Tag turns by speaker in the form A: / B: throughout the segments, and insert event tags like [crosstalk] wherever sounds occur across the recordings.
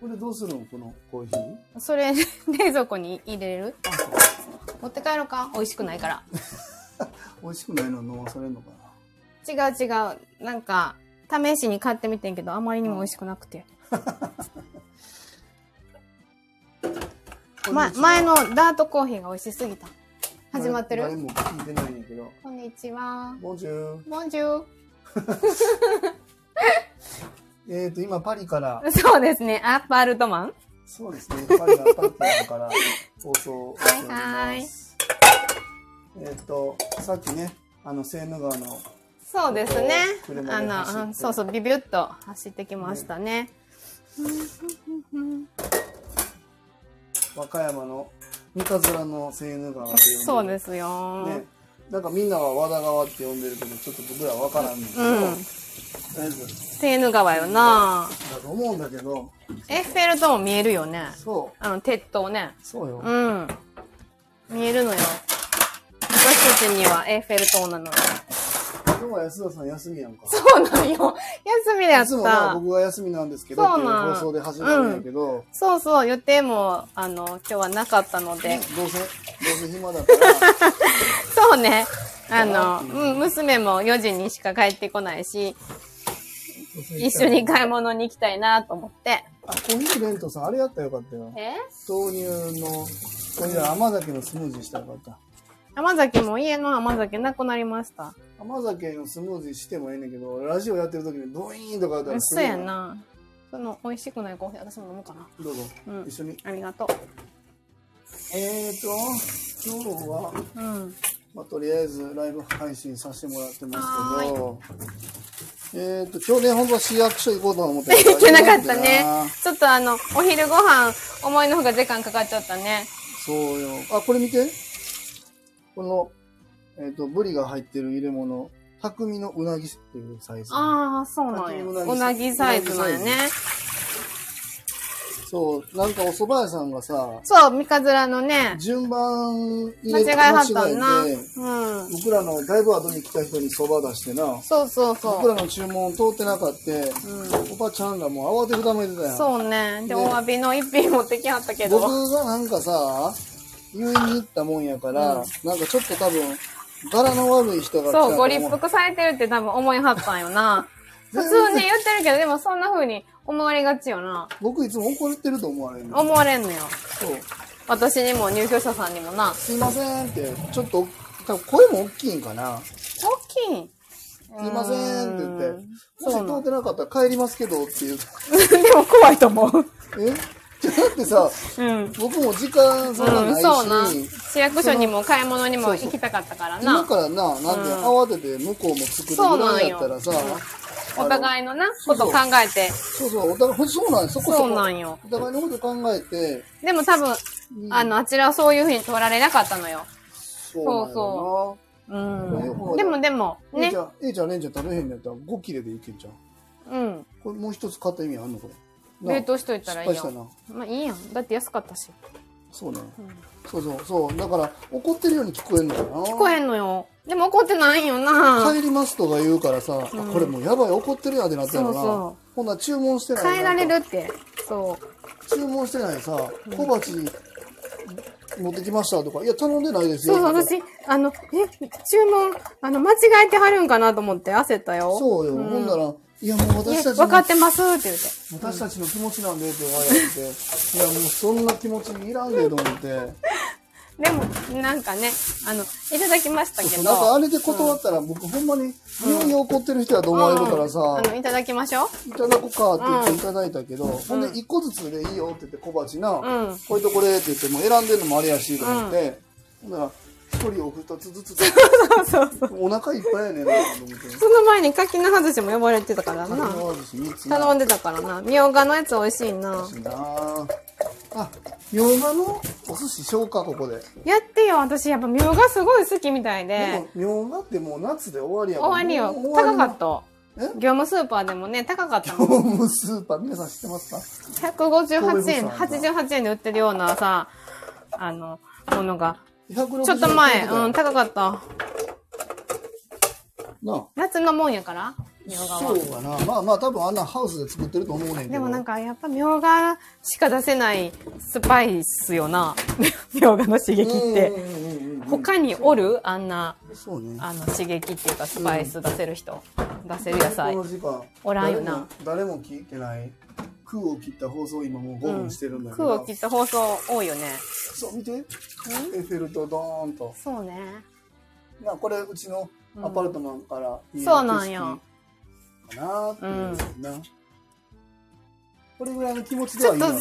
A: これどうするのこのコーヒー
B: それ冷蔵庫に入れる持って帰ろうか美味しくないから
A: 美味しくないの飲まされるのかな
B: 違う違うなんか試しに買ってみてんけどあまりにも美味しくなくて、ま、前のダートコーヒーが美味しすぎた始まって
A: 誰
B: る
A: も聞いてないんだけど
B: こんにちは
A: ボンジュー
B: ボンジュ
A: えっ、ー、と今パリから
B: ーそうですねアッパールトマン
A: そうですねパリがパリ [laughs] から放送をしており
B: は
A: ま
B: いはい
A: すえっ、とさっきねあのセーヌ川の
B: そうですね
A: 車で
B: あ
A: 走って
B: のうんそうそうビビュッと走ってきましたね
A: 和歌山の三日面のセーヌ川っていう
B: そうですすよ、
A: ねなんかみんなは和田川って呼んでるけどちょっと僕らはわからんねんけど、
B: うん
A: とりあえず
B: セーヌ川よな
A: だと思うんだけど
B: エッフェル塔も見えるよね
A: そう
B: あの鉄塔ね
A: そうよ、
B: うん見えるのよ私たちにはエッフェル塔なのよ
A: 今日は安田さん休みやんか
B: そうなんよ休みや
A: い
B: っ
A: つもな
B: た
A: 僕が休みなんですけどって
B: そ
A: いうう
B: なん
A: 放送で始めるんやけど、
B: そうそう予定もあの今日はなかったので [laughs]
A: ねどうせどうせ暇だから
B: そうねあの、
A: うん
B: うん、娘も4時にしか帰ってこないし [laughs] 一緒に買い物に行きたいなと思って
A: あコーヒーレントさんあれやったらよかったよ
B: え
A: 豆乳のこれじゃ甘酒のスムージーしたらよかった
B: 甘酒も家の甘酒なくなりました
A: 甘酒のスムージーしてもええねんけどラジオやってる時にドイーンとかだったらす
B: 嘘
A: る
B: やなその美味しくないコーヒー私も飲もうかな
A: どうぞ、
B: うん
A: 一緒に
B: ありがと
A: えーと今日は、
B: ううん
A: まあ、とりあえずライブ配信させてもらってますけどえーと今日ね本当は市役所行こうとは思ってたけど
B: [laughs] 行けなかったね。ちょっとあの、お昼ご飯、思いのほか時間かかっちゃったね。
A: そうよ。あ、これ見て。この、えっ、と、ブリが入ってる入れ物、匠のうなぎっていうサイズ。
B: ああ、そうなんや。うなぎサイズなんやね。
A: そう、なんかお蕎麦屋さんがさ、
B: そう、三日面のね、
A: 順番入
B: 間違
A: れ
B: いはったんな。
A: 間違えて
B: うん。
A: 僕らのだいぶ後に来た人に蕎麦出してな、
B: そうそう
A: 僕
B: そ
A: らの注文通ってなかった、
B: う。
A: おばちゃんらもう慌てふためいてた
B: う
A: や
B: ん。
A: ん。
B: そうね。
A: ね
B: で、お詫びの一品持ってきはったけど。うん。
A: 僕がなんかさ言いに行ったもんやから、
B: うん
A: なんかちょっと多分柄の悪い人が来た
B: そう、ご立
A: 思
B: 腹されてるって多分思いはったんよな。普通ね、言ってるけど、でもそんな風に思われがちよな。
A: 僕いつも怒ってると思われるの
B: 思われんのよ。
A: そう
B: 私にも入居者さんにもな。
A: すいませんってちょっと多分声も大きいんかなす
B: 大きい。
A: いませんって言っ
B: う
A: て
B: ん
A: もし
B: そうな
A: 通
B: の
A: ってなかったら帰りますけどっていう [laughs]
B: でも怖いと思う。
A: えじゃだってさ
B: うん。うん、
A: 僕も時間そんなないし、
B: そうな。市役所にも買い物にも行きたかったから
A: 今
B: な。
A: からななんで
B: うん
A: 慌てて向こうも作るぐらいやったらさ
B: そうなんよ
A: あの
B: お互いのな、
A: そ
B: こ
A: うそ
B: と
A: う
B: 考えて。
A: そうそうお互いほんとそうなんよそこそこ
B: そうなんよ。
A: お互いのこと考えて
B: でも多分、
A: うん
B: あの、あちらはそういうふうに取られなかったのよ。。
A: そうそううんん
B: でもでも、
A: うな
B: ね
A: んや。な。えいちゃん、えいちゃん、レンちゃん食べへんのやったら5切れでいけんじゃん。
B: うん。
A: これもう一つ買った意味あんのこれ。
B: 冷
A: なあ
B: 凍しといたらいい
A: 失
B: や
A: 敗した
B: ん。
A: な。
B: まあいいやん。だって安かったし。
A: そうね。
B: ん
A: そうそうそう。だから怒ってるように聞こえんのかな。
B: 聞こえんのよ。でも怒ってないんよな。
A: 帰りますとか言うからさ、あこれもうやばい怒ってるやんってなったのな。
B: そうそ
A: ほんなら注文してないな。
B: 変えられるって。そう。
A: 注文してないさ、小鉢持ってきましたとか、いや頼んでないです
B: そ
A: よ。
B: うそう、私、あの、え、注文、あの、間違えてはるんかなと思って焦ったよ。
A: そうよ。
B: ん
A: ほんなら、いやもう
B: いや
A: 私たちの
B: 分かってますって言って。
A: 私たちの気持ちなんでって言われて、いやもうそんな気持ちいらんでと思って。
B: でも、なんかね、あの、いただきましたけ
A: そ
B: ど。
A: うなんかあれで断ったら、僕ほんまに匂い怒ってる人やと思われるからさ、
B: うんあの、いただきましょう。 [laughs]
A: いただこうかって言っていただいたけど、ほんで一個ずつでいいよって言って小鉢な、
B: ん
A: これとこれって言ってもう選んでるのもあれやしと思って、ほんなら一人を二つずつお腹いっぱいやねんなと思って。
B: その前に柿の外しも呼ばれてたからな。頼
A: ん
B: んでたからな。みょうがのやつ美味しいな。
A: でなあ、みょうがのお寿司しようか、ここで。
B: やってよ、私やっぱみょうがすごい好きみたい
A: で
B: で
A: も。、みょうがってもう夏で終わりや
B: 終わりよ。
A: もう終わ
B: 高
A: り
B: か
A: の
B: った。
A: え
B: 業務スーパーでもね、高かったも
A: [laughs]
B: ん。
A: ホームスーパー、皆さん知ってますか
B: 158円、
A: 神戸物産
B: 88円で売ってるようなさ、あの、ものが。
A: 160
B: ちょっと前、
A: 円だよ
B: うん、高かった。
A: なあ
B: 夏のもんやから。みょうが
A: そ
B: は
A: う。かな。まあまあ、多分あんなハウスで作ってると思うねんけど。
B: でもなんかやっぱみょうがしか出せないスパイスよな。 [laughs] みょうがの刺激って。
A: うんうんうんうんうん、
B: 他におるあんな、
A: そうね。
B: あの刺激っていうかスパイス出せる人。出せる野菜
A: こ。の時間
B: おらんよな
A: 誰も。誰も聞いてない。空を切った放送今もう5分してるんだけど。
B: 空を切った放送多いよね。
A: そう、見て。エッフェル塔ドーンと。
B: そうね。
A: なこれ、うちの
B: うん
A: アパルトマンから見える景色
B: そうなんよ
A: かなーっていうな、これぐらいの気持ち
B: ち
A: ではい
B: ょっ
A: いよ
B: と
A: な。、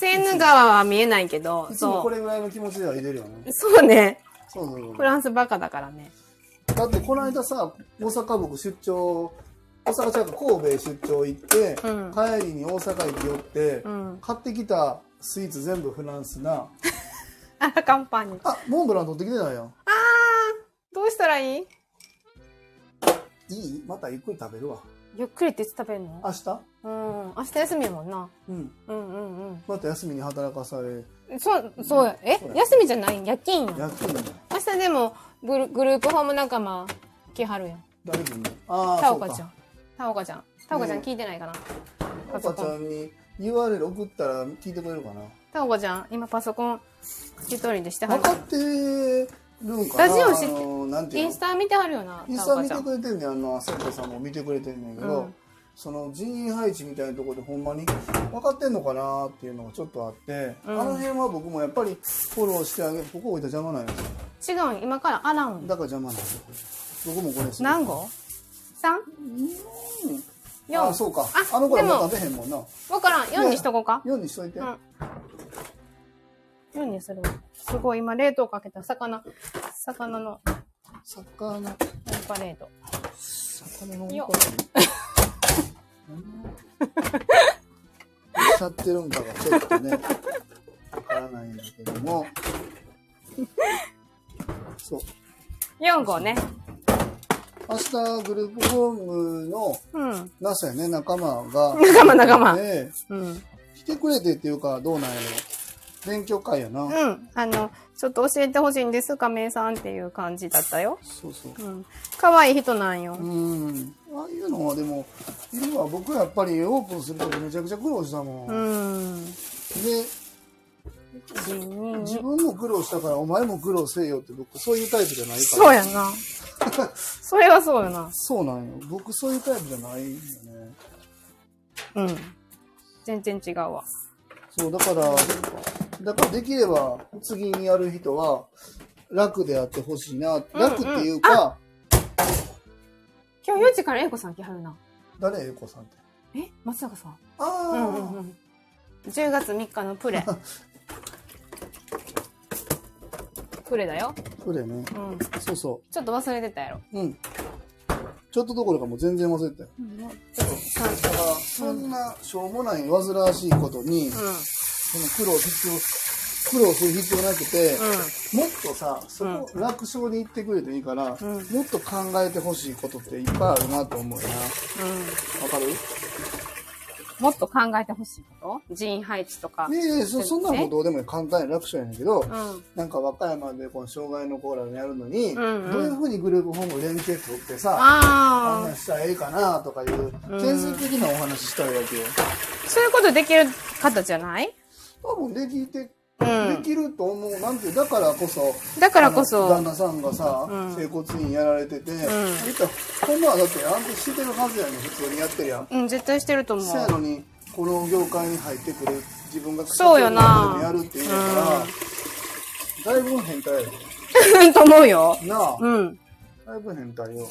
B: セーヌ川は見えないけど、
A: いつもこ
B: そ
A: れぐらいの気持ちではいれるよね
B: う。。そうね。
A: そうそうそう
B: フ。ランスバカだからね。
A: だってこの間さ、大阪僕出張、大阪ちゃうか神戸出張行って、
B: うん。
A: 帰りに大阪行き寄って、
B: うん。
A: 買ってきたスイーツ全部フランスな。
B: あら、カンパーニュ。
A: あ、モンブラン取ってきてないよ。
B: どうしたらいい
A: いいまたゆっくり食べるわ。
B: ゆっくりっていつ食べるの
A: 明日
B: うん。明日休みやもんな。
A: うん。
B: うんうん
A: また休みに働かされ、
B: うん。そう、そうや、え
A: そうや
B: 休みじゃないん夜勤や
A: 夜
B: ん。
A: 勤だ。
B: 明日でもグルグループホーム仲間来はるやん。
A: 誰にああ、
B: タ
A: そ
B: オ
A: うか
B: カちゃ。ん。タオカちゃん。タオカちゃん
A: ね
B: 聞いてないかな。
A: パパちゃんに URL 送ったら聞いてくれるかな。
B: タオカちゃん、今パソコン一人でしては
A: 分
B: る
A: か
B: か
A: ってるんかな
B: ラジオ知って
A: あのなんて
B: ら。
A: いう
B: イ
A: の
B: ンスタ見てはるよな、
A: インス
B: タ
A: タ
B: オカ
A: 見
B: ち
A: て
B: ゃん。
A: くれてんねんあの朝子さんも見てくれてんねんけど、
B: うん
A: その人員配置みたいなところでほんまに分かってんのかなっていうのがちょっとあって、
B: うん
A: あの辺は僕もやっぱりフォローしてあげここ置いたら邪魔なんよ
B: 違うん、今からアラウン。
A: だから邪魔なんよ僕もこれする
B: 何号 ?3?
A: うんあそうかあの子らもう食べへんもんな
B: わからん。4にしとこうか。
A: 4にしといて、
B: うん4にするわ。すごい、今冷凍かけた魚。魚の
A: 魚
B: オンパレード。
A: 魚の
B: よ
A: おかしゃってるんかがちょっとね、わからないんだけども。そう。
B: 4号ね。
A: 明日グループホームの、
B: うん。
A: なさやね、仲間が。
B: 仲間仲間
A: ね
B: うん。
A: 来てくれてっていうか、どうなんやろ。勉強会やな。
B: うん。あの、ちょっと教えてほしいんです、亀井さんっていう感じだったよ。
A: そうそう。
B: うん。可愛い人なんよ。
A: うん。ああいうのはでも、今は僕はやっぱりオープンするときめちゃくちゃ苦労したもん。
B: うん。
A: で、自分も苦労したからお前も苦労せえよって僕そういうタイプじゃないから。
B: そうやな。それはそうやな。
A: そうなんよ。僕そういうタイプじゃないんだね。
B: うん。全然違うわ。
A: そう、だから、だからできれば次にやる人は楽であってほしいな。楽っていうか、
B: 今日、ゆうちから英子さん来はるな。
A: 誰英子さんって。
B: え松坂さん
A: ああ、
B: うんうんうん。10月3日のプレ。プレだよ。
A: そうだよね。
B: うん。
A: そうそ
B: ちょっと忘れてたやろ。
A: う。うん。ちょっとどころかもう全然忘れてたよ。
B: うん。ちょっと
A: だから、そんなしょうもない煩わしいことに、その苦労必要、苦労する必要なくて、もっとさそこ楽勝に行ってくれていいから、
B: うん
A: もっと考えてほしいことっていっぱいあるなと思うよな
B: うん。うん。うん。
A: わかる
B: もっと考えてほしいこと人員配置とか。
A: ねえねえそそんなんもどうでもいい簡単に楽勝やねんけど、
B: うん。
A: なんか和歌山でこの障害のコーラをやるのに、
B: うんうん
A: どういうふうにグループホーム連携取ってさあんな
B: ああ。
A: したらええかなとかいう
B: うん
A: 建設的なお話したいわけよ
B: そういうことできる方じゃない
A: 多分できて、
B: うん
A: できると思うなんてだからこそ
B: だからこ
A: あの
B: そ
A: 旦。那さんがさ、
B: うん
A: 整骨院やられてて、言
B: ん
A: ったらほんまはだって安定してるはずやねん普通にやってるやん、
B: うん、絶対してると思
A: せや
B: う。
A: のにこの業界に入ってくる自分が
B: そうよな
A: やるっていうから、だいぶ変態やで
B: [laughs] と思うよ。
A: なあ、
B: うん。
A: だいぶ変態よ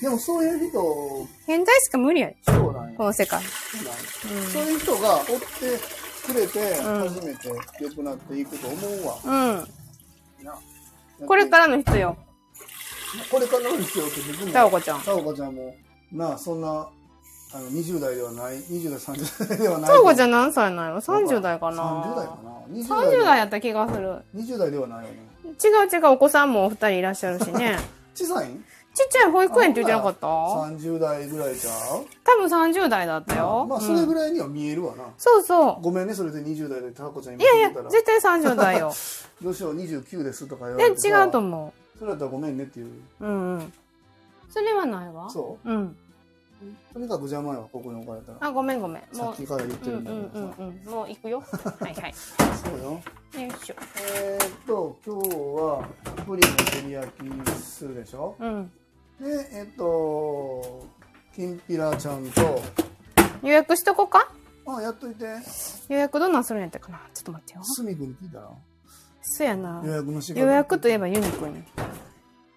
A: でもそういう人
B: 変態しか無理やで。
A: そうなんや
B: この世界。
A: そうなんや
B: うん
A: そういう人が追ってくれて
B: ん
A: 初めて良くなっていくと思うわ、
B: うん。
A: な
B: これからの人よ。
A: これからですよって僕も
B: タオコちゃん
A: タオコちゃんもなあそんなあの20代ではない20代30代ではない
B: タオコちゃ
A: ん
B: ん何歳なの ?30 代かな
A: 30代かな
B: 30代やった気がする。
A: 20代ではないよね
B: 違う違う、お子さんもお二人いらっしゃるし
A: [laughs]
B: ね。
A: 小さいん
B: ちっちゃい保育園って言ってなかった多
A: 30代ぐらいちゃう
B: 分30代だったよ。
A: まあ
B: うん
A: それぐらいには見えるわな、
B: そうそ
A: ごめんねそれで20代でタオコちゃん
B: う。
A: 今
B: い
A: 聞
B: やい
A: いた
B: や、
A: ら
B: 絶対30代
A: [laughs]
B: よ。
A: どうしよう29ですとか言わ
B: え、
A: れてさ
B: 違うと思
A: それだったらごめんねっていう
B: う。うんうん。それはないわ。。
A: そう
B: うん。
A: とにかく邪魔よ、ここに置かれたら。
B: あ、ごめんごめん。
A: さ
B: も
A: っ
B: う
A: き、から言っ
B: う
A: て
B: んう
A: る
B: ん
A: んだ
B: う
A: け
B: ん
A: ど
B: うん。もう行く [laughs] よ。はいはい。
A: さ。そうよ。
B: よいしょ。
A: えーっと、今日はプリンの照り焼きするでしょ。
B: うん。
A: で、えっと、きんぴらちゃんと、
B: 予約しとこうか
A: あ、やっといて。
B: 予約どんなんするんやったかなちょっと待ってよ。
A: すみくんに聞いたら
B: そやな。
A: 予約の仕方。
B: 予約といえばユニくん。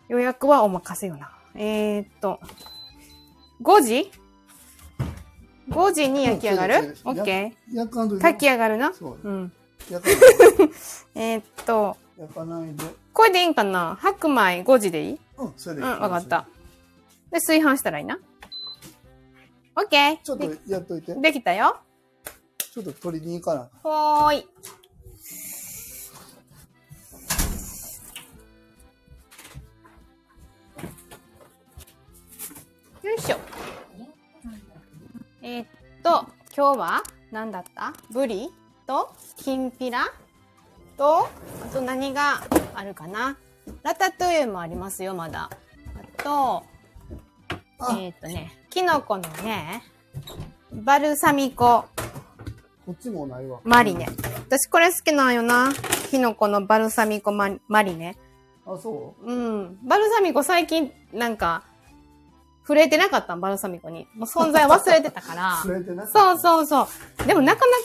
B: 予約はお任せよな。えー、っと、5時 ?5 時に焼き上が
A: うんそうで
B: る
A: す
B: オッケ
A: 焼かんと
B: ー
A: いて
B: 炊き上がるな。
A: そう
B: うん。
A: 焼かないで。
B: えー、っと、
A: 焼かないで。
B: これでいいんかな白米5時でいい
A: うん、それ
B: う
A: で
B: ん、
A: いい
B: わかった。で、炊飯したらいいな。オッケー
A: ちょっとやっといて
B: で。できたよ。
A: ちょっと取りに行かな。
B: ほーい。よいしょ。えーっと、今日は何だったブリと、きんぴらと、あと何があるかなラタトゥイユもありますよ、まだ。あと、
A: あ、
B: えーっとね、きのこのね、バルサミコ
A: こっちもないわ。
B: マリネ。私これ好きなんよな。キノコのバルサミコママリネ。
A: あ、そう
B: うん。バルサミコ最近なんか、触れてなかったん、バルサミコに。もう存在忘れてたか
A: [laughs] 触
B: ら。
A: れてな
B: そう
A: う。
B: そうそう。でもなかなか、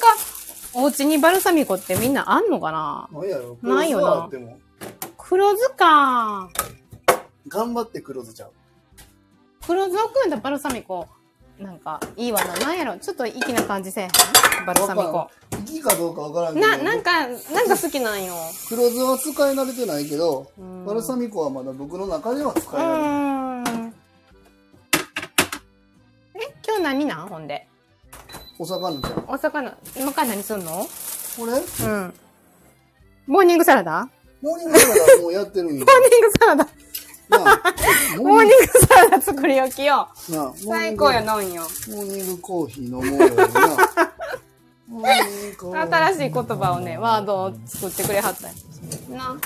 B: お家にバルサミコってみんなあんのかな
A: ないやろ。
B: ないよな
A: 黒酢はあっても。
B: 黒酢か。
A: 頑張って黒酢ちゃう。
B: 黒酢を組んだバルサミコ。なんか、いいわな。なんやろ。ちょっと粋な感じせえへん。バルサミ
A: わ
B: コ。
A: からん。いいかどうかわからんけど。
B: な、なんか、なんか好きなんよ。
A: 黒酢は使い慣れてないけど
B: うん、
A: バルサミコはまだ僕の中では使
B: う
A: い慣れてる。
B: ーん。え、今日何なんほんで。
A: お魚じゃん。
B: お魚、今から何すんの
A: これ
B: うん。モーニングサラダモ
A: モーニングサラダもうやってるん
B: [laughs]
A: よ。
B: ーニングサラダ
A: なあ
B: モーニングサラダ作り置きよ。
A: なあ
B: 最高や。飲んよ。
A: モーニングモーニングコーヒー飲もうよりな。モーニングコーヒー
B: 新しい言葉をね、ワードを作ってくれはったんやな。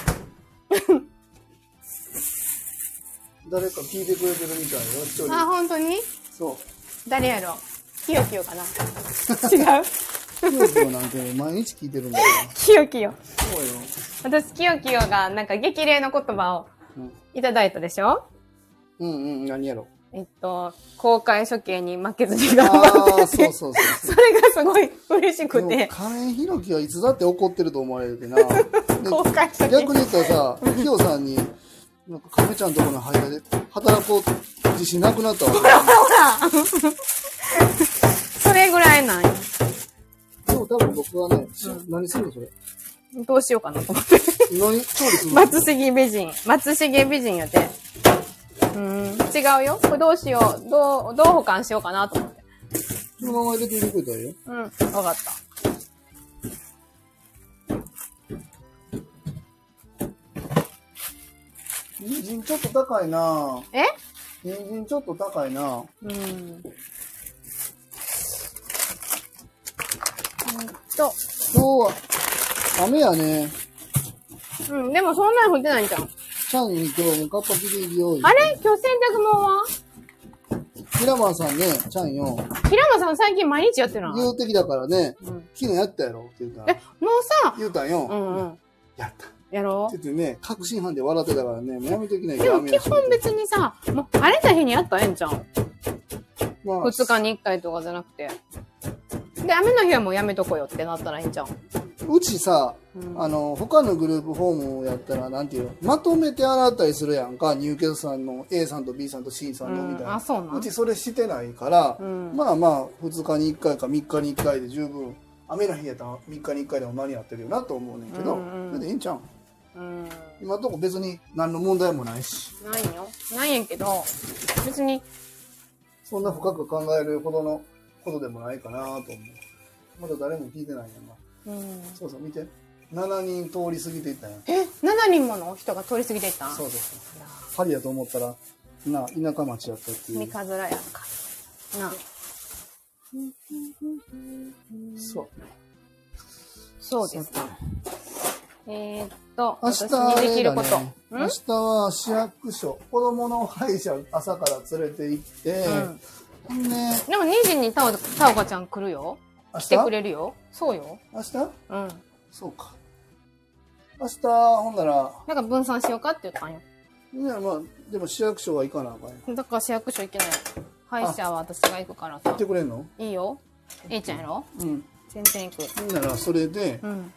A: 誰か聞いてくれてるみたいよ、一人。
B: あ、本当に
A: そう。
B: 誰やろキヨキヨかな違う
A: 今日なんて毎日聞いてるんだよ。
B: キヨキヨ。
A: そうよ。
B: 私、キヨキヨがなんか激励の言葉を
A: うん
B: いただいたでしょ
A: うんうん、何
B: [laughs]
A: やろ。
B: えっと、公開処刑に負けずに頑張
A: ああ、
B: っ
A: そ
B: てて
A: う、そうそう。
B: [laughs] それがすごい嬉し
A: で
B: く
A: も
B: て、
A: 仮面ひろきはいつだって怒ってると思われる
B: [laughs]
A: けどなで
B: 公開処刑
A: 逆に言ったらさひよさんになんか亀ちゃんとこの間で働こうって自信なくなったわ
B: [laughs] それぐらいなんよ
A: でも多分僕はね、し何するのそれ
B: どうしようかなと
A: [laughs]
B: 思って。
A: 何調理するの
B: 松重美人。松重美人やて。うーん、違うよ。これどうしよう。どう、どう保管しようかなと思って。
A: そのまま入れてみてくれたらいいよ
B: うん、わかった。
A: 人参ちょっと高いな
B: え
A: 人参ちょっと高いな
B: うん。うんと、
A: 今日は雨やね
B: うん、でもそんなに降ってないじゃん。
A: ちゃんに今日もカッパ着ていきよう
B: あれ今日洗濯物は
A: キラマンさんねちゃんよ
B: 平間さん最近毎日やってるの
A: 言うてきだからね
B: うん。
A: 昨日やったやろって言うた
B: え、
A: ら
B: もうさ、
A: 言うたんよ、
B: うんうん。
A: やった
B: やろ
A: ち
B: う
A: ょっとね、確信犯で笑ってたからね、もうやめときないけ
B: で
A: ど、
B: も基本別にさ、もう晴れた日にやったらええんちゃうん
A: まあ、
B: 二日に一回とかじゃなくて。で、雨の日はもうやめとこよってなったらええんちゃうん
A: うちさ、
B: うん
A: あの、他のグループホームやったら、なんていうのまとめて洗ったりするやんか、入居者さんの A さんと B さんと C さんのみたいな。
B: うんあそうなん
A: ちそれしてないから、
B: うん
A: まあまあ、2日に1回か3日に1回で十分、雨の日やったら3日に1回でも間に合ってるよなと思うねんけど、
B: うんうん
A: それでいいんちゃうん
B: うん。
A: 今のとこ別に何の問題もないし、
B: ないよ。ないんやけど、別に、
A: そんな深く考えるほどのことでもないかなと思う。まだ誰も聞いてないやんな。
B: うん。
A: そうそう見て7人通り過ぎていったんや
B: え、7人もの人が通り過ぎていったん
A: そうそうそうパリやと思ったらな田舎町やったってい
B: 三
A: う
B: 日面やんか。なあ
A: そう
B: そうですか。えーっと、
A: 明日
B: 私
A: あ
B: にで
A: れ
B: き
A: だ、
B: ること。
A: ね、明日は市役所子供の歯医者朝から連れて行って、
B: ん
A: ほんで、
B: でも2時にたおたおかちゃん来るよ。
A: 明
B: 来
A: 日
B: てくれるよ。そうよ。
A: 明日
B: うん。
A: そうか。明日、ほんなら、
B: なんか分散しようかって言ったんよ。
A: いや、まあ、でも市役所は行かなあかんよ。
B: だから市役所行けない。歯医者は私が行くから
A: 行
B: さ
A: って。くれんの
B: いいよ。えいちゃんやろ
A: うん。
B: 全然行く。
A: ほんなら、それで、
B: うん。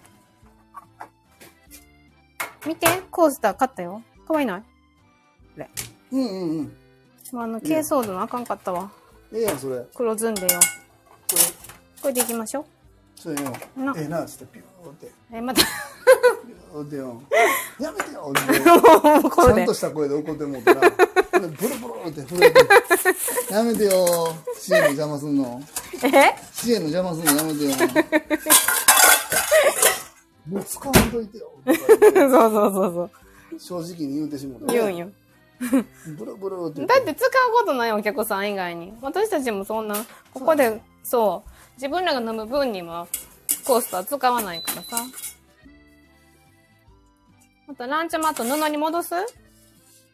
B: 見て、コースター買ったよ。可愛いない
A: うんうんうん。
B: もうあの、軽装度のあかんかったわ。
A: ええやん、それ。こ
B: 黒ずんでよ。
A: れ、
B: これで行きましょう。
A: それよ。
B: な
A: ええな、つって、ピューって。
B: え、また、
A: ピューってよ。やめてよ、って。
B: [laughs] もう
A: ち
B: こ
A: ゃ
B: れ
A: んとした声で怒ってもうたら、ブルブルって震えて、やめてよ、支援の邪魔すんの。
B: え [laughs]
A: 支援の邪魔すんのやめてよ。もう使わんといてよ。とか言っ
B: そうそうそうそう。
A: て正直に言うてしもうた
B: 言うんよ。
A: ブルブルって言っ。
B: だってて使うことないお客さん以外に。私たちもそんな、ここで、そう、自分らが飲む分には、コースター使わないからさ。またランチョンマット布に戻す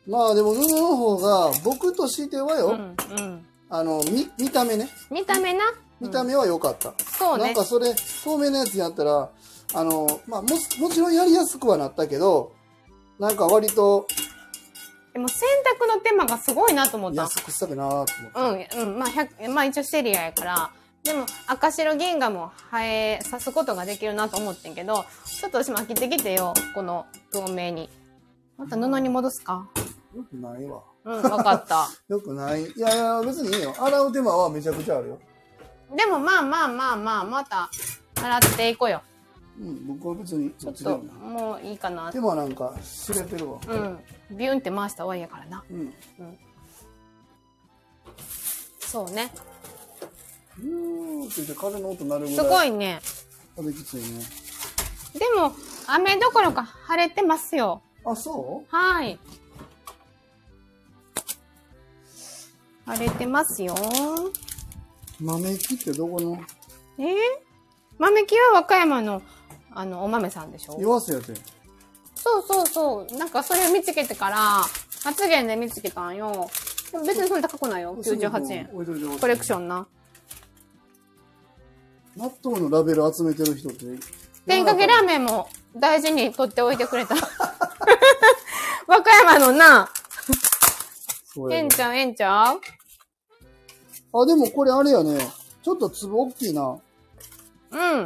A: まあでも、布の方が、僕としてはよ、
B: うん、うん。
A: あの、見、見た目ね。
B: 見た目な。
A: 見た目は良かった。
B: そう
A: なん
B: ね
A: か。それ、透明なやつやったら、あの、まあも、もちろんやりやすくはなったけど、なんか割と
B: でも洗濯の手間がすごいなと思った。
A: 安くしたくなーと思って。
B: うん、うん、まあ、100まあ一応シェリアやから、でも赤白銀河も生えさすことができるなと思ってんけど、ちょっと私も飽きてきてよ、この透明に。また布に戻すか。
A: よくないわ。
B: うん、わか [laughs] った。
A: よくない。いやいや、別にいいよ。洗う手間はめちゃくちゃあるよ。
B: でもまあまあまあまあ、また洗っていこうよ。
A: うん、僕は別に
B: ち
A: そ
B: ょ
A: っ
B: っ
A: ちでもい
B: と、
A: い
B: もういいかな
A: 手。間なんか知れてるわ。
B: うん、ビュンって回した方がいいやからな。
A: うん。
B: そうね。
A: ビューって言って風の音鳴るぐ
B: す
A: らい。
B: ごいね。
A: 風きついね。
B: でも、雨どころか晴れてますよ。
A: あ、そ
B: はい。荒れてますよ。
A: う豆切ってどこの
B: えー、豆木は和歌山の、あの、お豆さんでしょ
A: 弱せやて。
B: そうそうそう。なんかそれを見つけてから、発言で見つけたんよ。でも別にそんな高くないよ。98円。
A: 置いといてほしい
B: コレクションな。
A: 納豆のラベル集めてる人って。
B: てんかけラーメンも大事に取っておいてくれた。和歌山のな、
A: そう
B: え
A: や
B: ん
A: で
B: ちゃんえんちゃう
A: あ、でもこれあれやね。ちょっと粒大きいな。
B: うん。なん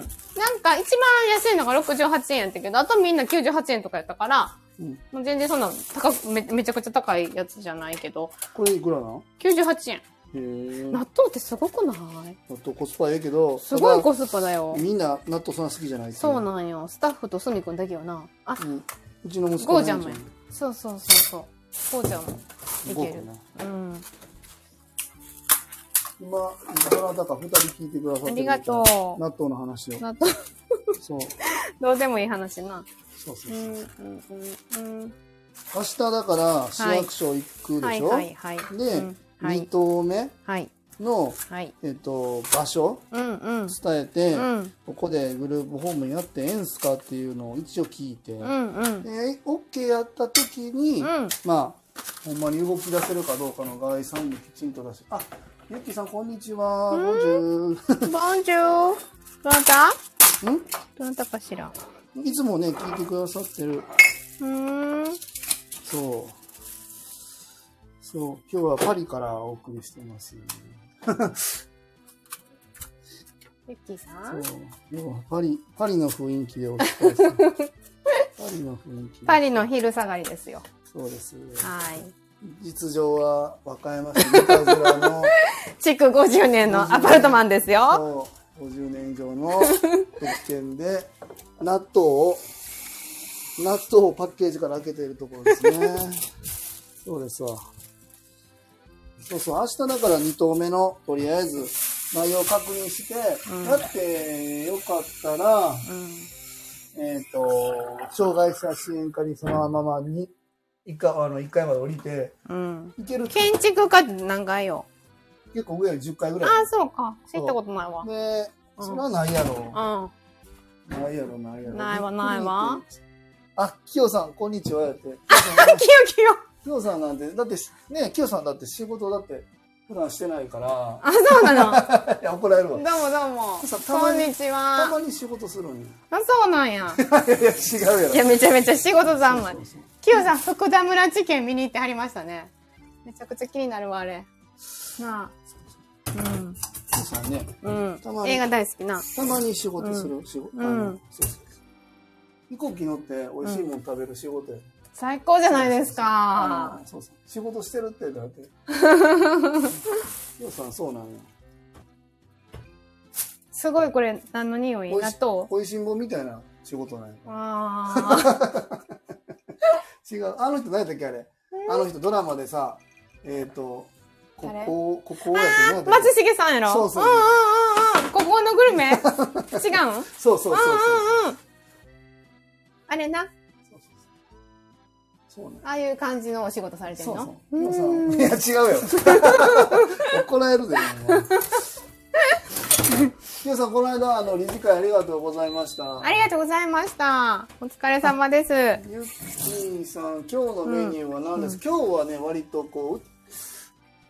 B: か一番安いのが68円やったけど、あとみんな98円とかやったから、
A: うん。
B: もう全然そんな高くめ、めちゃくちゃ高いやつじゃないけど、
A: これいくらなん
B: 98円。
A: へえ。
B: 納豆ってすごくない
A: 納豆コスパええけど。
B: すごい
A: ただ
B: コスパだよ。
A: みんな納豆そんな好きじゃないってい
B: そうなんよ。スタッフとすみくんだけよな。あ、
A: うんうちの息子
B: ゴーちゃんもや。そうそうそうそう。ゴーちゃんも。い
A: ゴ
B: け
A: ーく
B: る
A: んな。
B: うん。
A: 今、どなたか二人聞いてくださってる
B: ありがとう
A: 納豆の話を。
B: 納豆、
A: そう。
B: どうでもいい話な。
A: そうそうう。
B: ん、うん、うん、うん。
A: 明日だから市役所行く
B: は
A: でし
B: い、
A: ょ
B: はい、はい。う
A: で
B: ん、は
A: 二
B: い、
A: 棟目
B: はい、
A: の、
B: はい。
A: えっと、場所
B: うん、うん。
A: 伝えて
B: う、ん、
A: ここでグループホームやってええんすかっていうのを一応聞いて、で
B: う、ん、うん。
A: OK やった時に
B: うん、
A: まあ、ほんまに動き出せるかどうかの概算もきちんとだし、あ、ゆっきーさんこんにちは、ボンジュー
B: ボンジュー。どなた
A: [laughs] ん
B: どなたかしら。
A: いつもね、聞いてくださってる。
B: うーん。
A: そう。そう、今日はパリからお送りしてます。
B: ゆっきーさ。
A: そうん今日はパリ、パリの雰囲気でお伝えす
B: [laughs]
A: る。パリの雰囲気で。
B: パリの昼下がりですよ。
A: そうです。 [laughs]
B: はい。
A: 実情は和歌山市三田面の、
B: 築50年のアパートマンですよ。
A: そう50年以上の物件で、 [laughs] 納豆を、納豆をパッケージから開けているところですね。そうですわ。そうそう、明日だから2投目の、とりあえず、内容確認して、
B: うん
A: だって、よかったら、
B: うん。
A: えっ、と、障害者支援課にそのままに、一回、あの、一回まで降りて、
B: うん。
A: 行ける
B: 建築家って何階よ。
A: 結構上より10回ぐ
B: あ
A: らい。
B: あ、そうか。行ったことないわ。
A: で、
B: うん
A: それはないやろ。
B: [laughs] う
A: ないやろ、ないやろ。
B: ないわないわ。
A: あ、きよさん、こんに
B: [laughs]
A: ちは、やって。
B: ん。きよきよ。
A: きよさんなんて、だって、ね、きよさんだって仕事だって、普段してないから、 [laughs]
B: あ、そうなの。
A: いや怒られる
B: どう
A: わ
B: も。どうも。
A: そうた
B: こ
A: ま
B: ん
A: に
B: にち
A: た
B: は。
A: まに仕事するんよ
B: あ、そうなんや。
A: いや、違うやろ
B: [laughs] い。や、めちゃめちゃ仕事三昧
A: そうそうそう。
B: きよさん、福田村事件見に行ってはりましたね。めちゃくちゃ気になるわ、あれ。なあ。
A: そうそうね。
B: うん。
A: た
B: う
A: ま
B: ん。
A: に
B: 映画大好きな。
A: たまに仕事する、仕事。あの
B: うん
A: そうそうそう飛行機乗って美味しいもの食べる仕事や。
B: 最高じゃないですか
A: あ。のそうそう。仕事してるって、だ
B: [laughs]
A: って。ようさん、そうなんや。
B: すごい、これ、何の匂い
A: おい
B: 納
A: し
B: 豆
A: おいしんぼみたいな仕事なんや。
B: ああ。
A: 違う。あの人、何やったっけ、あれ。あの人、ドラマでさ、えっと、こ
B: 誰
A: こ、ここやって何やったっけ
B: 松重さんやろ
A: そうそう
B: うんうんうんうん。ここのグ [laughs] ルメ違うん
A: そうそうそうそう。
B: うんうんうん。あれ
A: そ
B: な、
A: うそうそう。そうね。
B: ああいう感じのお仕事されてる
A: そう
B: の
A: そう。でもさ
B: ーん
A: いや、違うよ。怒られるで、ね。皆さん、この間、あの、理事会ありがとうございました。
B: ありがとうございました。お疲れ様です。
A: ゆっきーさん、今日のメニューは何ですか、今日はね、割とこう、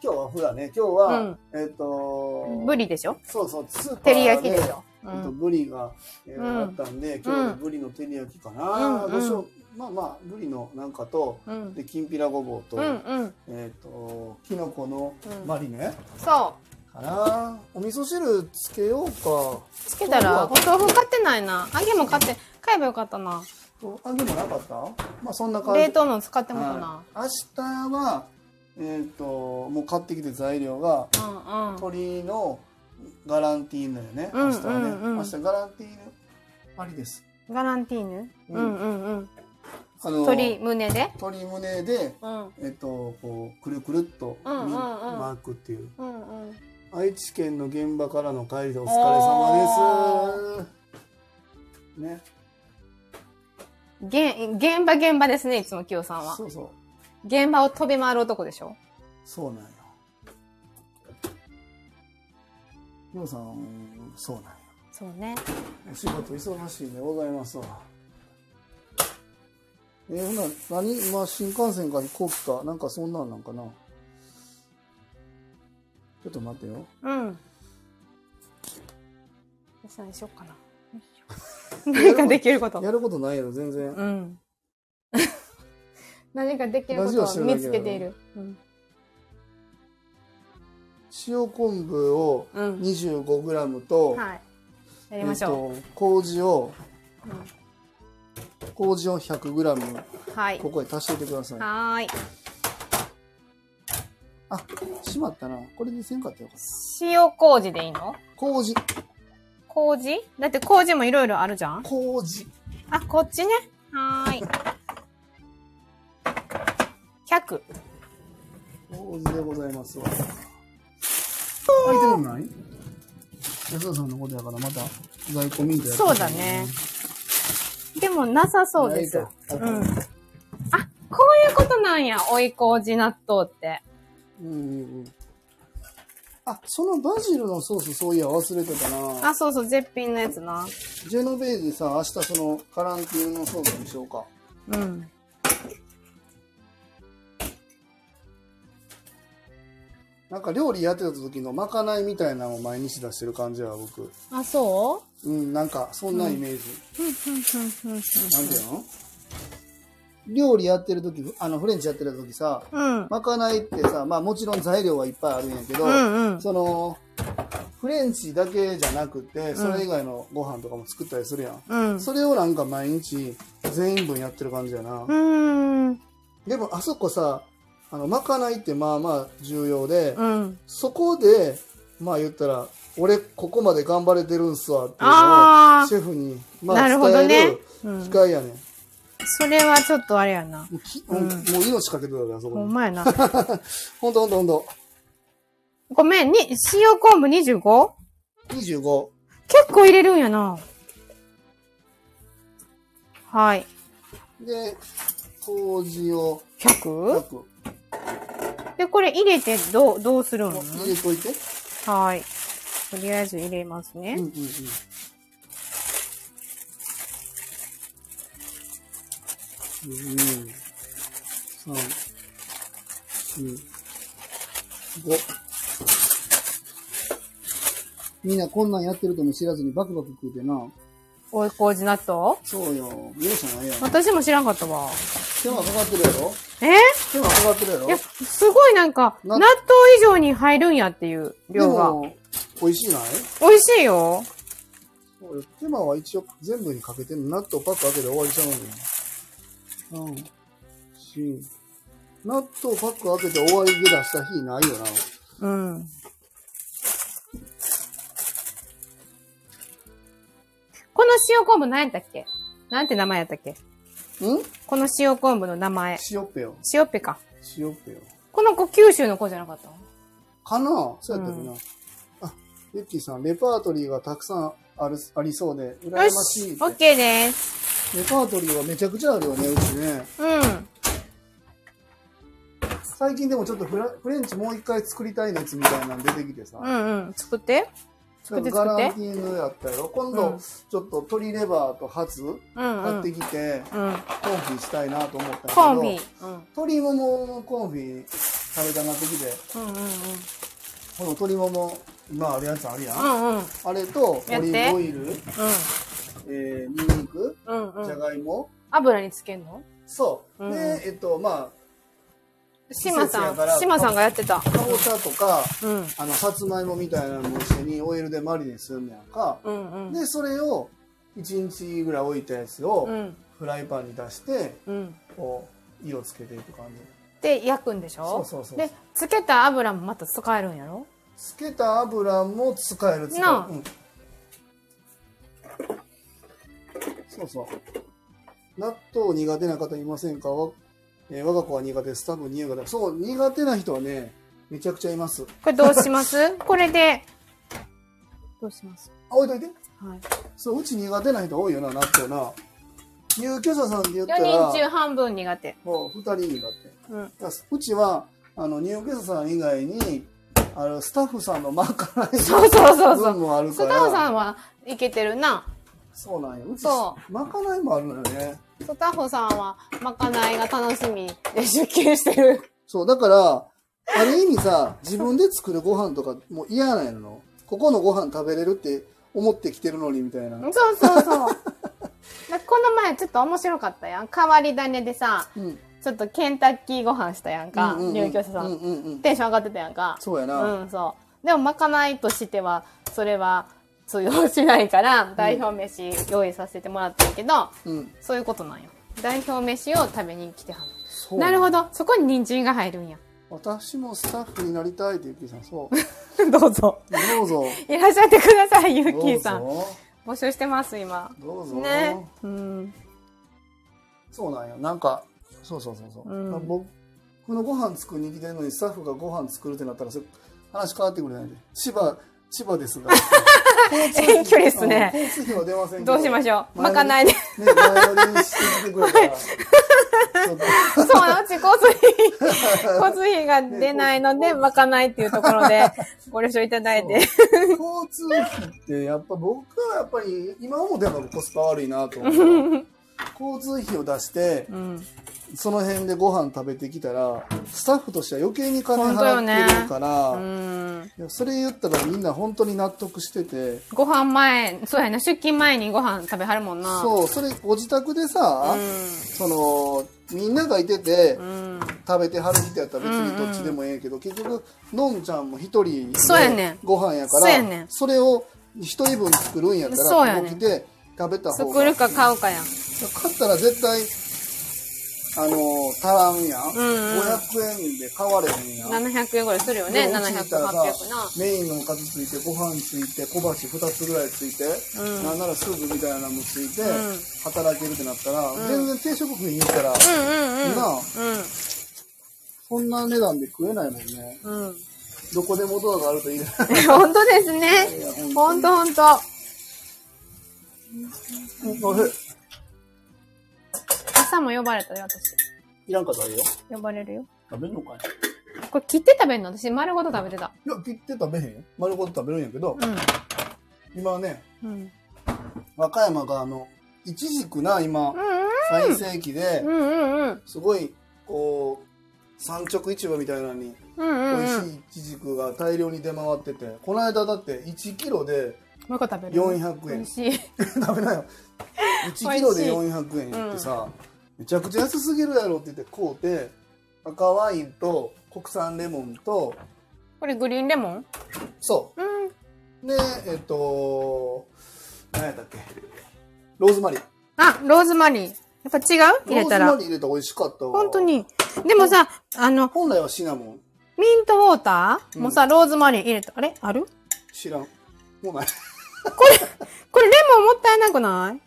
A: 今日は普段ね、今日は、
B: うん
A: えっ、と、
B: ブリでしょ
A: そうそう、スーパー
B: 照り焼きでしょ。
A: え
B: う
A: っと、
B: ん。
A: ブリが、えー
B: うん
A: あったんで、今日はブリの照り焼きかな、
B: うん
A: どうしよう。まあまあ、ブリのなんかと、
B: うん。
A: で、きんぴらごぼうと、
B: うんうん。
A: えっ、と、きのこの
B: うん
A: マリネ、
B: そ
A: かなお味噌汁つけようか
B: う。つけたら、お豆腐買ってないな。揚げも買って、買えばよかったな。
A: お揚げもなかったまあそんな感じ
B: 冷凍の使ってもかな
A: は。い、明日はえっ、ともう買ってきて材料が
B: うんうん。
A: 鶏のガランティーヌよね
B: うん
A: 明日はね、
B: うんうん
A: 明日ガランティーヌありです
B: ガランティーヌ
A: う
B: うんんうんうん。
A: あの
B: 鶏胸で
A: 鶏胸で
B: うん。
A: えっ、とこうくるくるっと
B: うんうんうん
A: 巻くっていう,、
B: うんうん。
A: 愛知県の現場からの帰りでお疲れ様ですね
B: げん現場現場ですね、いつもキヨさんは
A: そ。うそう
B: 現場を飛び回る男でしょ
A: そうなんよ。ようさん、そうなんよ。
B: そうね。
A: お仕事忙しいでございますわ。えー、ほな、何まあ、新幹線か飛行機か、なんかそんなんなんかな。ちょっと待ってよ。
B: うん。私何しよっか [laughs] な。何かできること。
A: やることないやろ、全然。
B: うん。 [laughs] 何かできることを見つけている。うん。
A: 塩昆布を
B: うん
A: 25g と、
B: はい。やりましょ
A: えっと、麹を、
B: う。
A: 麹を 100g、
B: うん、はい。
A: ここへ足しておいてください。
B: はーい。
A: あ、しまったな。これでせんかったよかっ
B: 塩麹でいいの
A: た。麹、
B: 麹だって麹もいろいろあるじゃん
A: 麹。
B: あ、こっちね。はーい。100。
A: おじでございますわ。空いてるのない安田さんのことやからまた在庫ミントやってる
B: そうだね。でもなさそうです。う。
A: なんい
B: あ、
A: か
B: こういうことなんや。追い麹納豆って。
A: うんうんうん。あ、そのバジルのソースそういや忘れてたな。
B: あ、そうそう、絶品のやつな。
A: ジェノベーゼさ、明日そのカランティーヌのソースにしようか。
B: うん。
A: なんか料理やってた時のまかないみたいなのを毎日出してる感じやわ僕。
B: あ、そ
A: うん、なんかそんなイメージ。
B: ううん、うん、うん、
A: なんていうの料理やってる時、あのフレンチやってる時さ、
B: うん。うん。
A: まかないってさ、まあもちろん材料はいっぱいあるんやけど、
B: うん、うん。
A: その、フレンチだけじゃなくて、それ以外のご飯とかも作ったりするやん。
B: うん。
A: それをなんか毎日全員分やってる感じやな。
B: うん。
A: でもあそこさ、あの、まかないってまあまあ重要で、
B: うん。
A: そこで、まあ言ったら、俺ここまで頑張れてるんすわっていうの
B: あ
A: を、
B: ー
A: シェフに、
B: なるほ
A: 伝
B: ど
A: え
B: ね
A: る
B: うん
A: 機会やねん。
B: それはちょっとあれやな。
A: もうきもうもう命かけてたから、あそこ
B: ほん
A: に。
B: まやな。
A: ほんとほんとほんと。
B: ごめん、に、塩昆布 25?
A: 25。
B: 結構入れるんやな。はい。
A: で、麹を
B: 100?
A: 100
B: で、これ入れてどう、どうするん
A: 入れといて。
B: はい。とりあえず入れますね。
A: うんうんうん。二、三、四、五。みんなこんなんやってるとも知らずにバクバク食うてな。
B: おい、麹納豆
A: そうよ。容赦ないやん。
B: 私も知らんかったわ。
A: 手間かかってるやろ
B: え
A: 手間かかってるやろ
B: いや、すごいなんか、
A: な
B: 納豆以上に入るんやっていう
A: で
B: 量が。
A: も、美味しいない
B: 美味しいよ。
A: そうよ手間は一応全部にかけてんの納豆パック開けて終わりちゃうのよ。うん。し、納豆パック開けて終わりで出した日ないよな。
B: うん。この塩昆布何やったっけなんて名前やったっけ
A: ん
B: この塩昆布の名前。
A: 塩っぺよ。
B: 塩っぺか。
A: 塩っぺよ。
B: この子、九州の子じゃなかった
A: かなそうやったっけな。あ、ユッキーさん、レパートリーがたくさんある、ありそうで、羨ま
B: よ
A: しい
B: し
A: っ、て。
B: オッケーです。
A: レパートリーはめちゃくちゃあるよね、うちね。
B: うん。
A: 最近でもちょっとフラフレンチもう一回作りたいやつみたいなの出てきてさ。
B: うんうん。作って。作って
A: ガ
B: 作って
A: ランティーヌやったやろ。今
B: う
A: 度
B: ん、
A: ちょっと鶏レバーとハツ
B: うんう
A: 買
B: ん。
A: ってきて、
B: うん。
A: コンフィしたいなと思ったんやけど。
B: コンビ。うん。
A: 鶏もものコンフィ食べたなってきて、
B: うんうんうん。
A: この鶏もも、今あるやつあるやん。
B: うんうん。
A: あれと、オリ
B: やって
A: ーブオイル、えー、ニンニク、
B: うんう
A: じゃ
B: んうん。
A: がいも、
B: 油につけんの
A: そう。
B: うん
A: で、えっと、ま
B: シマ
A: 季節
B: さ
A: やから
B: ん、シマさんがやってた
A: あ、。かぼちゃとか、
B: うん。
A: あの、さつまいもみたいなのを一緒にオイルでマリネするんやんか。
B: うんうん。
A: で、それを、1日ぐらい置いたやつを
B: う、ん
A: フライパンに出して、
B: うん。
A: こう、色つけていく感じ。
B: で、焼くんでしょ
A: そうそうそう
B: で、つけた油もまた使えるんやろ
A: つけた油も使える使え
B: なあ
A: る、うん、そうそう納豆苦手な方いませんかわ、えー我が子は苦手です多分苦手そう苦手な人はねめちゃくちゃいます
B: これどうします
A: [laughs]
B: これで、どうします
A: あ置いといて
B: はい。
A: そううち苦手な人多いよな納豆な入居者さんで言った
B: 4人中
A: ら
B: 半分苦手。
A: もう2人苦手だ
B: うん。
A: からうちはあの入居者さん以外にあのスタッフさんのまかない
B: そうそうそうそう。
A: 分もある
B: 須
A: から
B: 藤さんはいけてるな。
A: そうなんよ。うち
B: そ
A: まかないもあるのよね。
B: 須藤さんはまかないが楽しみで出勤してる。
A: [laughs] そう、だから、ある意味さ、自分で作るご飯とかもう嫌なんやの。ここのご飯食べれるって思ってきてるのにみたいな。
B: そうそうそう。だこの前ちょっと面白かったやん。変わり種でさ、
A: うん。うん
B: ちょっとケンタッキーご飯したやんか、
A: うんうん
B: 入居者さ
A: うんうん
B: ん。
A: うん。
B: テンション上がってたやんか。
A: そうやな。
B: うん、そう。でも、まかないとしては、それは通用しないから、代表飯用意させてもらったけど、
A: うん。
B: そういうことなんよ。代表飯を食べに来てはる。
A: そう
B: なるほ。ど。そこに人参が入るんや。
A: 私もスタッフになりたいってゆきさん、そう。
B: どうぞ。
A: [laughs] どうぞ。
B: いらっしゃってください、 [laughs] ゆうき
A: どう
B: ーさん。
A: ぞ。
B: 募集してます、今。
A: どうぞ。
B: ね。うん。
A: そうなんよ。なんか、そうそうそうそう。
B: うん
A: 僕のご飯作りに来てるのにスタッフがご飯作るってなったら、それ話変わってくれないで。千葉、千葉です
B: [laughs]
A: が。
B: 遠距離ですね。
A: 交通費は出ませんけ。
B: どうしましょう。まかないいで。
A: ね、前乗りにしてきてくれたら。ちょっと
B: そう、うち交通費、交通費が出ないので、まかないっていうところで、ご了承いただいて。
A: 交通費ってやっぱ僕はやっぱり今思うとやっぱコスパ悪いなと思
B: [laughs]
A: う交通費を出して
B: うん。
A: その辺でご飯食べてきたらスタッフとしては余計に金
B: 本当よね
A: 払ってるから、
B: うん。
A: いやそれ言ったらみんな本当に納得してて
B: ご飯前、そうやな、出勤前にご飯食べはるもんな。う。
A: そうそれご自宅でさ、
B: う
A: そのみんながいてて、
B: ん。うん。
A: 食べてはる人やったら別にどっちでもええけど、結局のんちゃんも一人で
B: そうやねん
A: ご飯やか
B: そうや
A: ら
B: ねん
A: それを一人分作るんやか
B: そうや
A: ら
B: ねん
A: 動きで食べた方
B: 作
A: が
B: るか買うかやん。
A: 買ったら絶対あのー足らんやん、
B: んうん
A: 500円で買われへんやん
B: 700円ぐらいするよね、
A: で
B: 700、
A: うち行っ
B: 800
A: たらさ
B: な。
A: メインのおかずついてご飯ついて小鉢2つぐらいついて、
B: うん
A: なんならスープみたいなのもついて、
B: ん
A: 働けるってなったら、全然定食費に行ったら、
B: うんうんうん。
A: なあ
B: う
A: そんな値段で食えないもんね
B: ん。 [laughs] うん。
A: どこでもドアがあるといいな
B: 本当ですね [laughs]
A: いや。
B: ほ
A: 本
B: んとほんと。
A: おいし
B: 朝も呼ばれたよ、私。
A: い。いらんかったらいいよ。
B: 呼ばれるよ。
A: 食べんのかい
B: これ切って食べんの私丸ごと食べてた。
A: いや、切って食べへんよ。丸ごと食べるんやけど、今はね、
B: うん。うん。
A: 和歌山があの、いちじくな、今
B: う、ん
A: 最盛期で
B: う、んうんうん。
A: すごい、こう、産直市場みたいなのに
B: うんう
A: 美
B: ん、う
A: 味
B: ん。
A: しいイチジクが大量に出回ってて、この間だって1キロで [laughs]
B: もう一個食べる。
A: 400
B: 美
A: 円
B: 味しい。
A: 食べなよ1キロで400円やってさ、めちゃくちゃ安すぎるやろって言って買うて赤ワインと国産レモンと
B: これグリーンレモン
A: そ
B: うん。
A: うでえっと何やったっけローズマリー
B: あ、ローズマリー。やっぱ違う入
A: ロー
B: れ
A: ズ
B: た
A: マ
B: ら
A: リ。ー入れたら美味しかったわ
B: 本当に。でもさ、あの、
A: 本来はシナモン
B: ミントウォーターもさ、ローズマリー入れた。あれある
A: 知らんもうない
B: これ、これレモンもったいなくない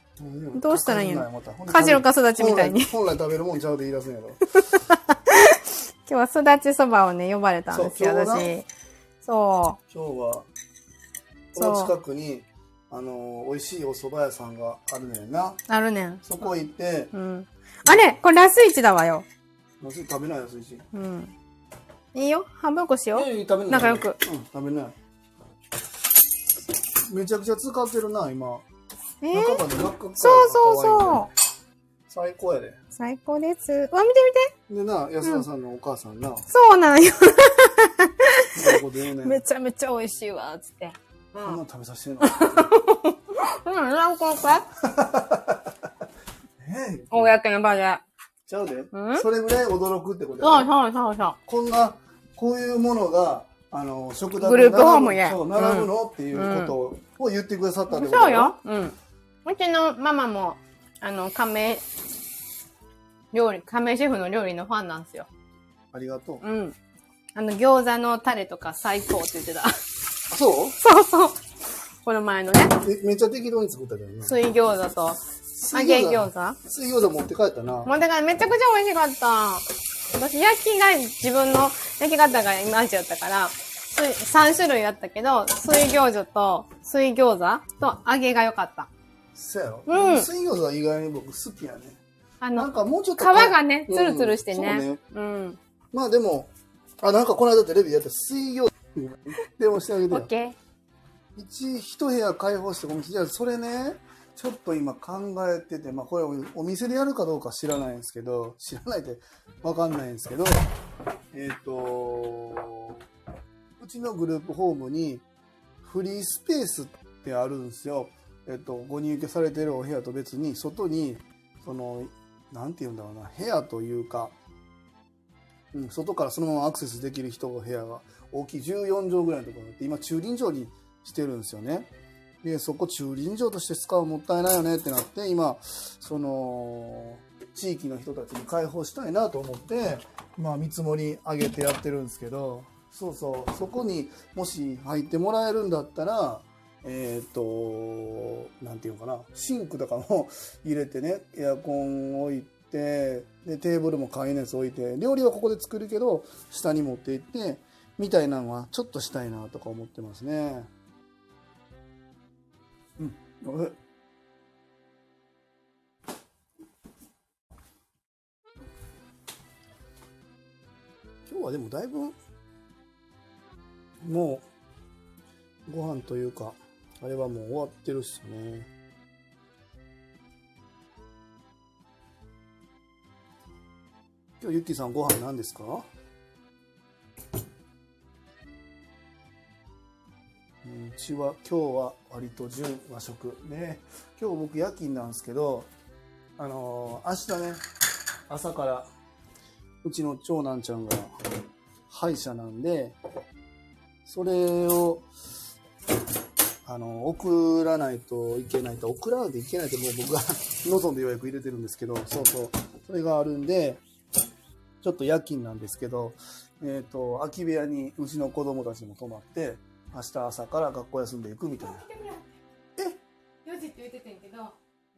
B: どうしたらいいんや
A: またほんで
B: カジロカ育ちみたいに
A: 本来本来食べるもんちゃうで言い出すんやろ
B: 今日は育ちそばをね、呼ばれたんですよ、
A: そう今日
B: 私。そ
A: 今日はこ
B: そう
A: の近くにあの美味しいお蕎麦屋さんがあるのよな
B: う。あるねん。
A: そこ行って
B: うん。あれこれラスイチだわよ。
A: もうすぐ食べないよ寿司
B: うん。いいよ。半分こしよう。
A: ええ食べない
B: 仲良く
A: うん食べないめちゃくちゃ使ってるな今
B: えー、
A: 中まで真っ赤っかやな
B: そうそう
A: 可愛いね
B: そう。
A: 最高やで
B: 最高です。うわ、見て見て。
A: でな安田さんのお母さんな、
B: そうなんよ。 [laughs]
A: そんなこと言うねん
B: めちゃめちゃ美味しいわ、つって。うん。
A: こん
B: う、
A: なんん食べさせてんの
B: 何個か
A: ええ
B: 公の場で。
A: ちゃうで
B: うん
A: それぐらい驚くってこと
B: そう
A: やな
B: そうそうそ
A: こんなこういうものがあの食堂
B: グループホームや
A: やそう並ぶの、っていうことを言ってくださったって
B: う。
A: こと
B: そうよ。うん。うちのママも、あの、亀、料理、亀シェフの料理のファンなんですよ。
A: ありがとう
B: うん。あの、餃子のタレとか最高って言ってた。
A: あそう
B: そうそう。 [laughs] この前のね、
A: えめっちゃ適当に作ったけどな
B: 水餃子と揚げ餃子。
A: 水餃子持って帰ったな
B: もうだからめちゃくちゃ美味しかった。私、焼きが、自分の焼き方がいまいちだったから、水3種類だったけど、水餃子と、水餃子と揚げが良かった。
A: そうやろ、
B: うん
A: 水餃子は意外に僕好きやね
B: あ
A: なん
B: の、
A: かもうちょっ
B: 皮
A: と
B: がね、ツルツルして
A: うんそう
B: ね。うん。
A: まあでもあなんかこの間テレビでやった水
B: [laughs]
A: 餃子でもしてあげて
B: オ
A: よ
B: ッケー。
A: 一一部屋開放してお店じゃあそれねちょっと今考えててまあこれお店でやるかどうか知らないんですけど知らないってわかんないんですけどえっ、とうちのグループホームにフリースペースってあるんですよえっ、とご入居されてるお部屋と別に外にそのなんて言うんだろうな部屋というか、うん、外からそのままアクセスできる人の部屋が大きい14畳ぐらいのところがあって今駐輪場にしてるんですよね。でそこ駐輪場として使うのもったいないよねってなって今その地域の人たちに開放したいなと思って、まあ、見積もり上げてやってるんですけどそうそうそこにもし入ってもらえるんだったらえっ、となんていうのかなシンクとかも [laughs] 入れてねエアコン置いてでテーブルも簡易のやつ置いて料理はここで作るけど下に持って行ってみたいなのはちょっとしたいなとか思ってますね。うん、おい今日はでもだいぶもうご飯というかあれはもう終わってるっすね今日ゆっきーさんご飯何ですかうんうちは今日は割と純和食ね今日僕夜勤なんですけどあのー明日ね朝からうちの長男ちゃんが歯医者なんでそれをあの送らないといけないと送らないといけないともう僕が [laughs] 望んで予約入れてるんですけどそうそうそれがあるんでちょっと夜勤なんですけどえっ、と空き部屋にうちの子供たちも泊まって明日朝から学校休んでいくみたいな
B: 4時って言ってたんやけど、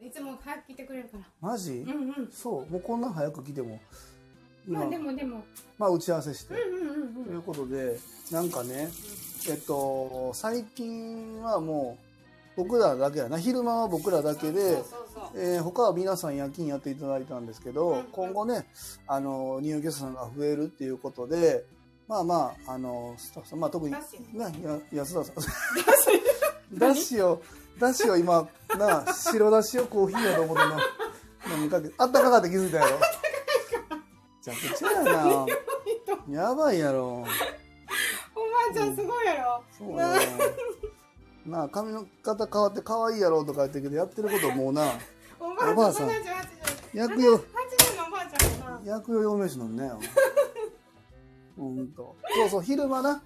B: いつも早く来てくれるから。
A: マジ
B: うんうん。
A: そうもうこんな早く来ても今
B: まあでもでも、
A: まあ打ち合わせして
B: うんうん
A: と
B: うん。
A: いううんことでなんかねえっと最近はもう僕らだけやな昼間は僕らだけで
B: そう、そうそう。
A: えー他は皆さん夜勤やっていただいたんですけど、
B: うん
A: 今後ねあの入居者さんが増えるっていうことでまあまああのスタッフさん、まあ、特に、ね
B: ダッシ、
A: や安田さんダッシュをダッシュを今なあ白だしをコーヒーやと思ってな飲みかけあったかかって気づいたやろめちゃくちゃやなやばいやろ。
B: おばあちゃんすごいやろ。
A: そうよ。なあ、髪の型変わって可愛いやろとか言ってるけど、やってることもうな、
B: お
A: おば
B: ば
A: あ
B: あ
A: さ
B: さ
A: ん
B: ん。78
A: 薬用、
B: 年のおばあちゃんがな。
A: 薬用養命酒飲んね。ほんと。そうそう、昼間な。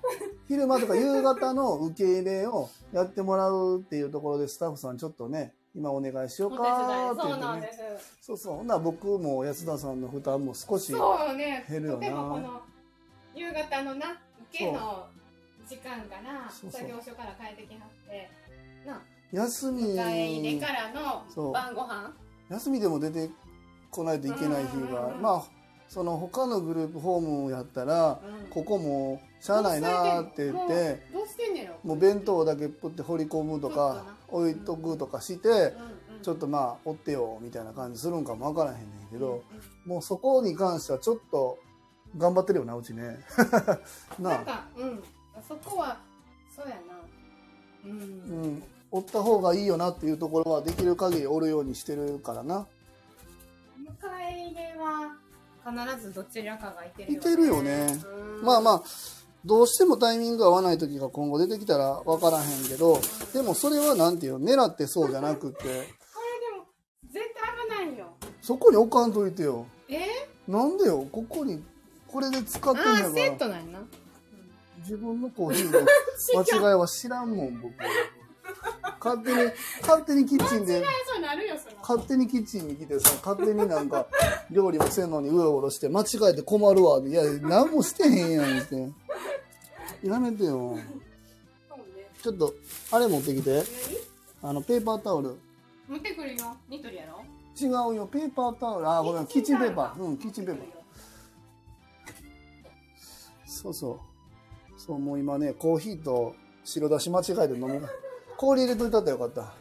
A: 昼間とか夕方の受け入れをやってもらうっていうところで、スタッフさんちょっとね、今お願いしよ
B: お
A: う
B: 手
A: か
B: 伝
A: ーっ
B: い。
A: て言
B: そ
A: っ
B: う
A: て
B: なん
A: ね
B: で。す。
A: そうそう。ほんなら僕も安田さんの負担も少し。
B: そうよね。
A: 減るよな
B: 例えばこの夕方のな、受けの時間から、
A: そうそう
B: 作業所から帰ってきはって、な、
A: 休み。
B: 迎え入れから
A: そう
B: の晩ご飯
A: 休みでも出てこないといけない日
B: うんうん
A: が
B: うん
A: まあその他のグループホームやったら
B: うん
A: ここもしゃあないなーって言って
B: どうしてんねやろ
A: もう弁当だけプって放り込むと
B: ちょっと
A: か
B: な
A: 置いとくとかして
B: うんうん
A: ちょっとまあおってよみたいな感じするんかもわからへんねんけど
B: うんうん
A: もうそこに関してはちょっと頑張ってるよなうちね [laughs]
B: な
A: なんあ、
B: か、うん、そこは、そうやな。うん。
A: うん、おった方がいいよなっていうところはできる限りおるようにしてるからな
B: 迎え入れは、必ずどちらかがいてる
A: いてるよね
B: うん
A: まあまあ、どうしてもタイミングが合わない時が今後出てきたら分からへんけど、でもそれはなんていうの、狙ってそうじゃなくて、
B: これでも、絶対危ないよ。
A: そこに置かんといてよ。
B: え
A: なんでよ、ここに、これで使ってん
B: ああ、
A: や
B: セッ
A: から、
B: トなんやな。
A: 自分のコーヒーの間違いは知らんもん、僕。勝手に、勝手にキッチンで、
B: そうなるよ、それは。
A: 勝手にキッチンに来てさ、勝手になんか、料理もせんのにうろうろして、間違えて困るわ。いや、何もしてへんやんって。やめてよ。
B: そうね。
A: ちょっと、あれ持ってきて。あの、ペーパータオル。
B: 何持ってくるよ。ニトリやろ
A: 違うよ、ペーパータオル。あ、ごめん、キッチンペーパー。うん、キッチンペーパー。そうそう。そう、もう今ね、コーヒーと白だし間違えて飲めない。氷入れといたったらよかった。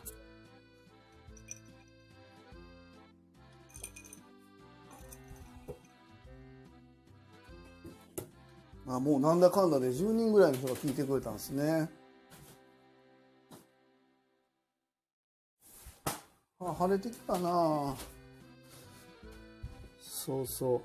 A: あ、もうなんだかんだで10人ぐらいの人が聞いてくれたんですね。あ、晴れてきたなあそうそう。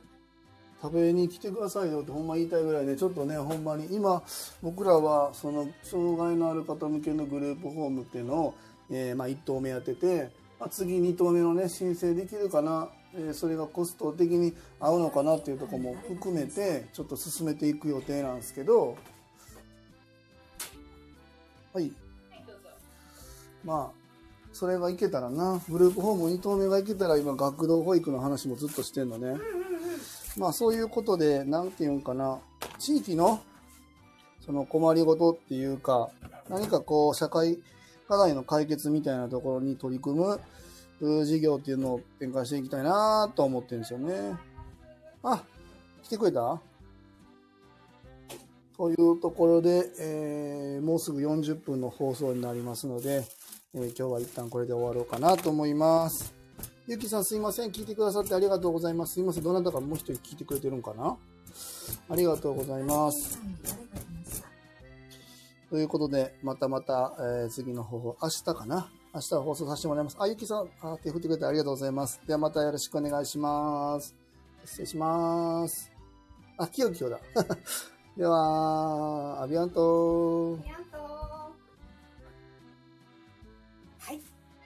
A: 食べに来てくださいよってほんま言いたいぐらいねちょっとねほんまに今僕らはその障害のある方向けのグループホームっていうのを、えーまあ、1棟目やってて、まあ、次2棟目のね申請できるかな、えーそれがコスト的に合うのかなっていうところも含めてちょっと進めていく予定なんですけどはい
B: はい、どうぞ。
A: まあそれがいけたらなグループホーム2棟目がいけたら今学童保育の話もずっとしてんのね。
B: うんうんうん。
A: まあそういうことで、なんていうんかな、地域の、その困りごとっていうか、何かこう、社会課題の解決みたいなところに取り組むうー事業っていうのを展開していきたいなと思ってるんですよね。あ、来てくれたというところで、えーもうすぐ40分の放送になりますので、えー今日は一旦これで終わろうかなと思います。ゆきさんすいません。聞いてくださってありがとうございます。すいません。どなたかもう一人聞いてくれてるんかなありがとうございます。ということで、またまた、えー次の方法、明日かな明日は放送させてもらいます。あ、ゆきさん、あ手振ってくれてありがとうございます。ではまたよろしくお願いします。失礼し [laughs] ます。あ、きよきよだ。では、アビアント
B: やん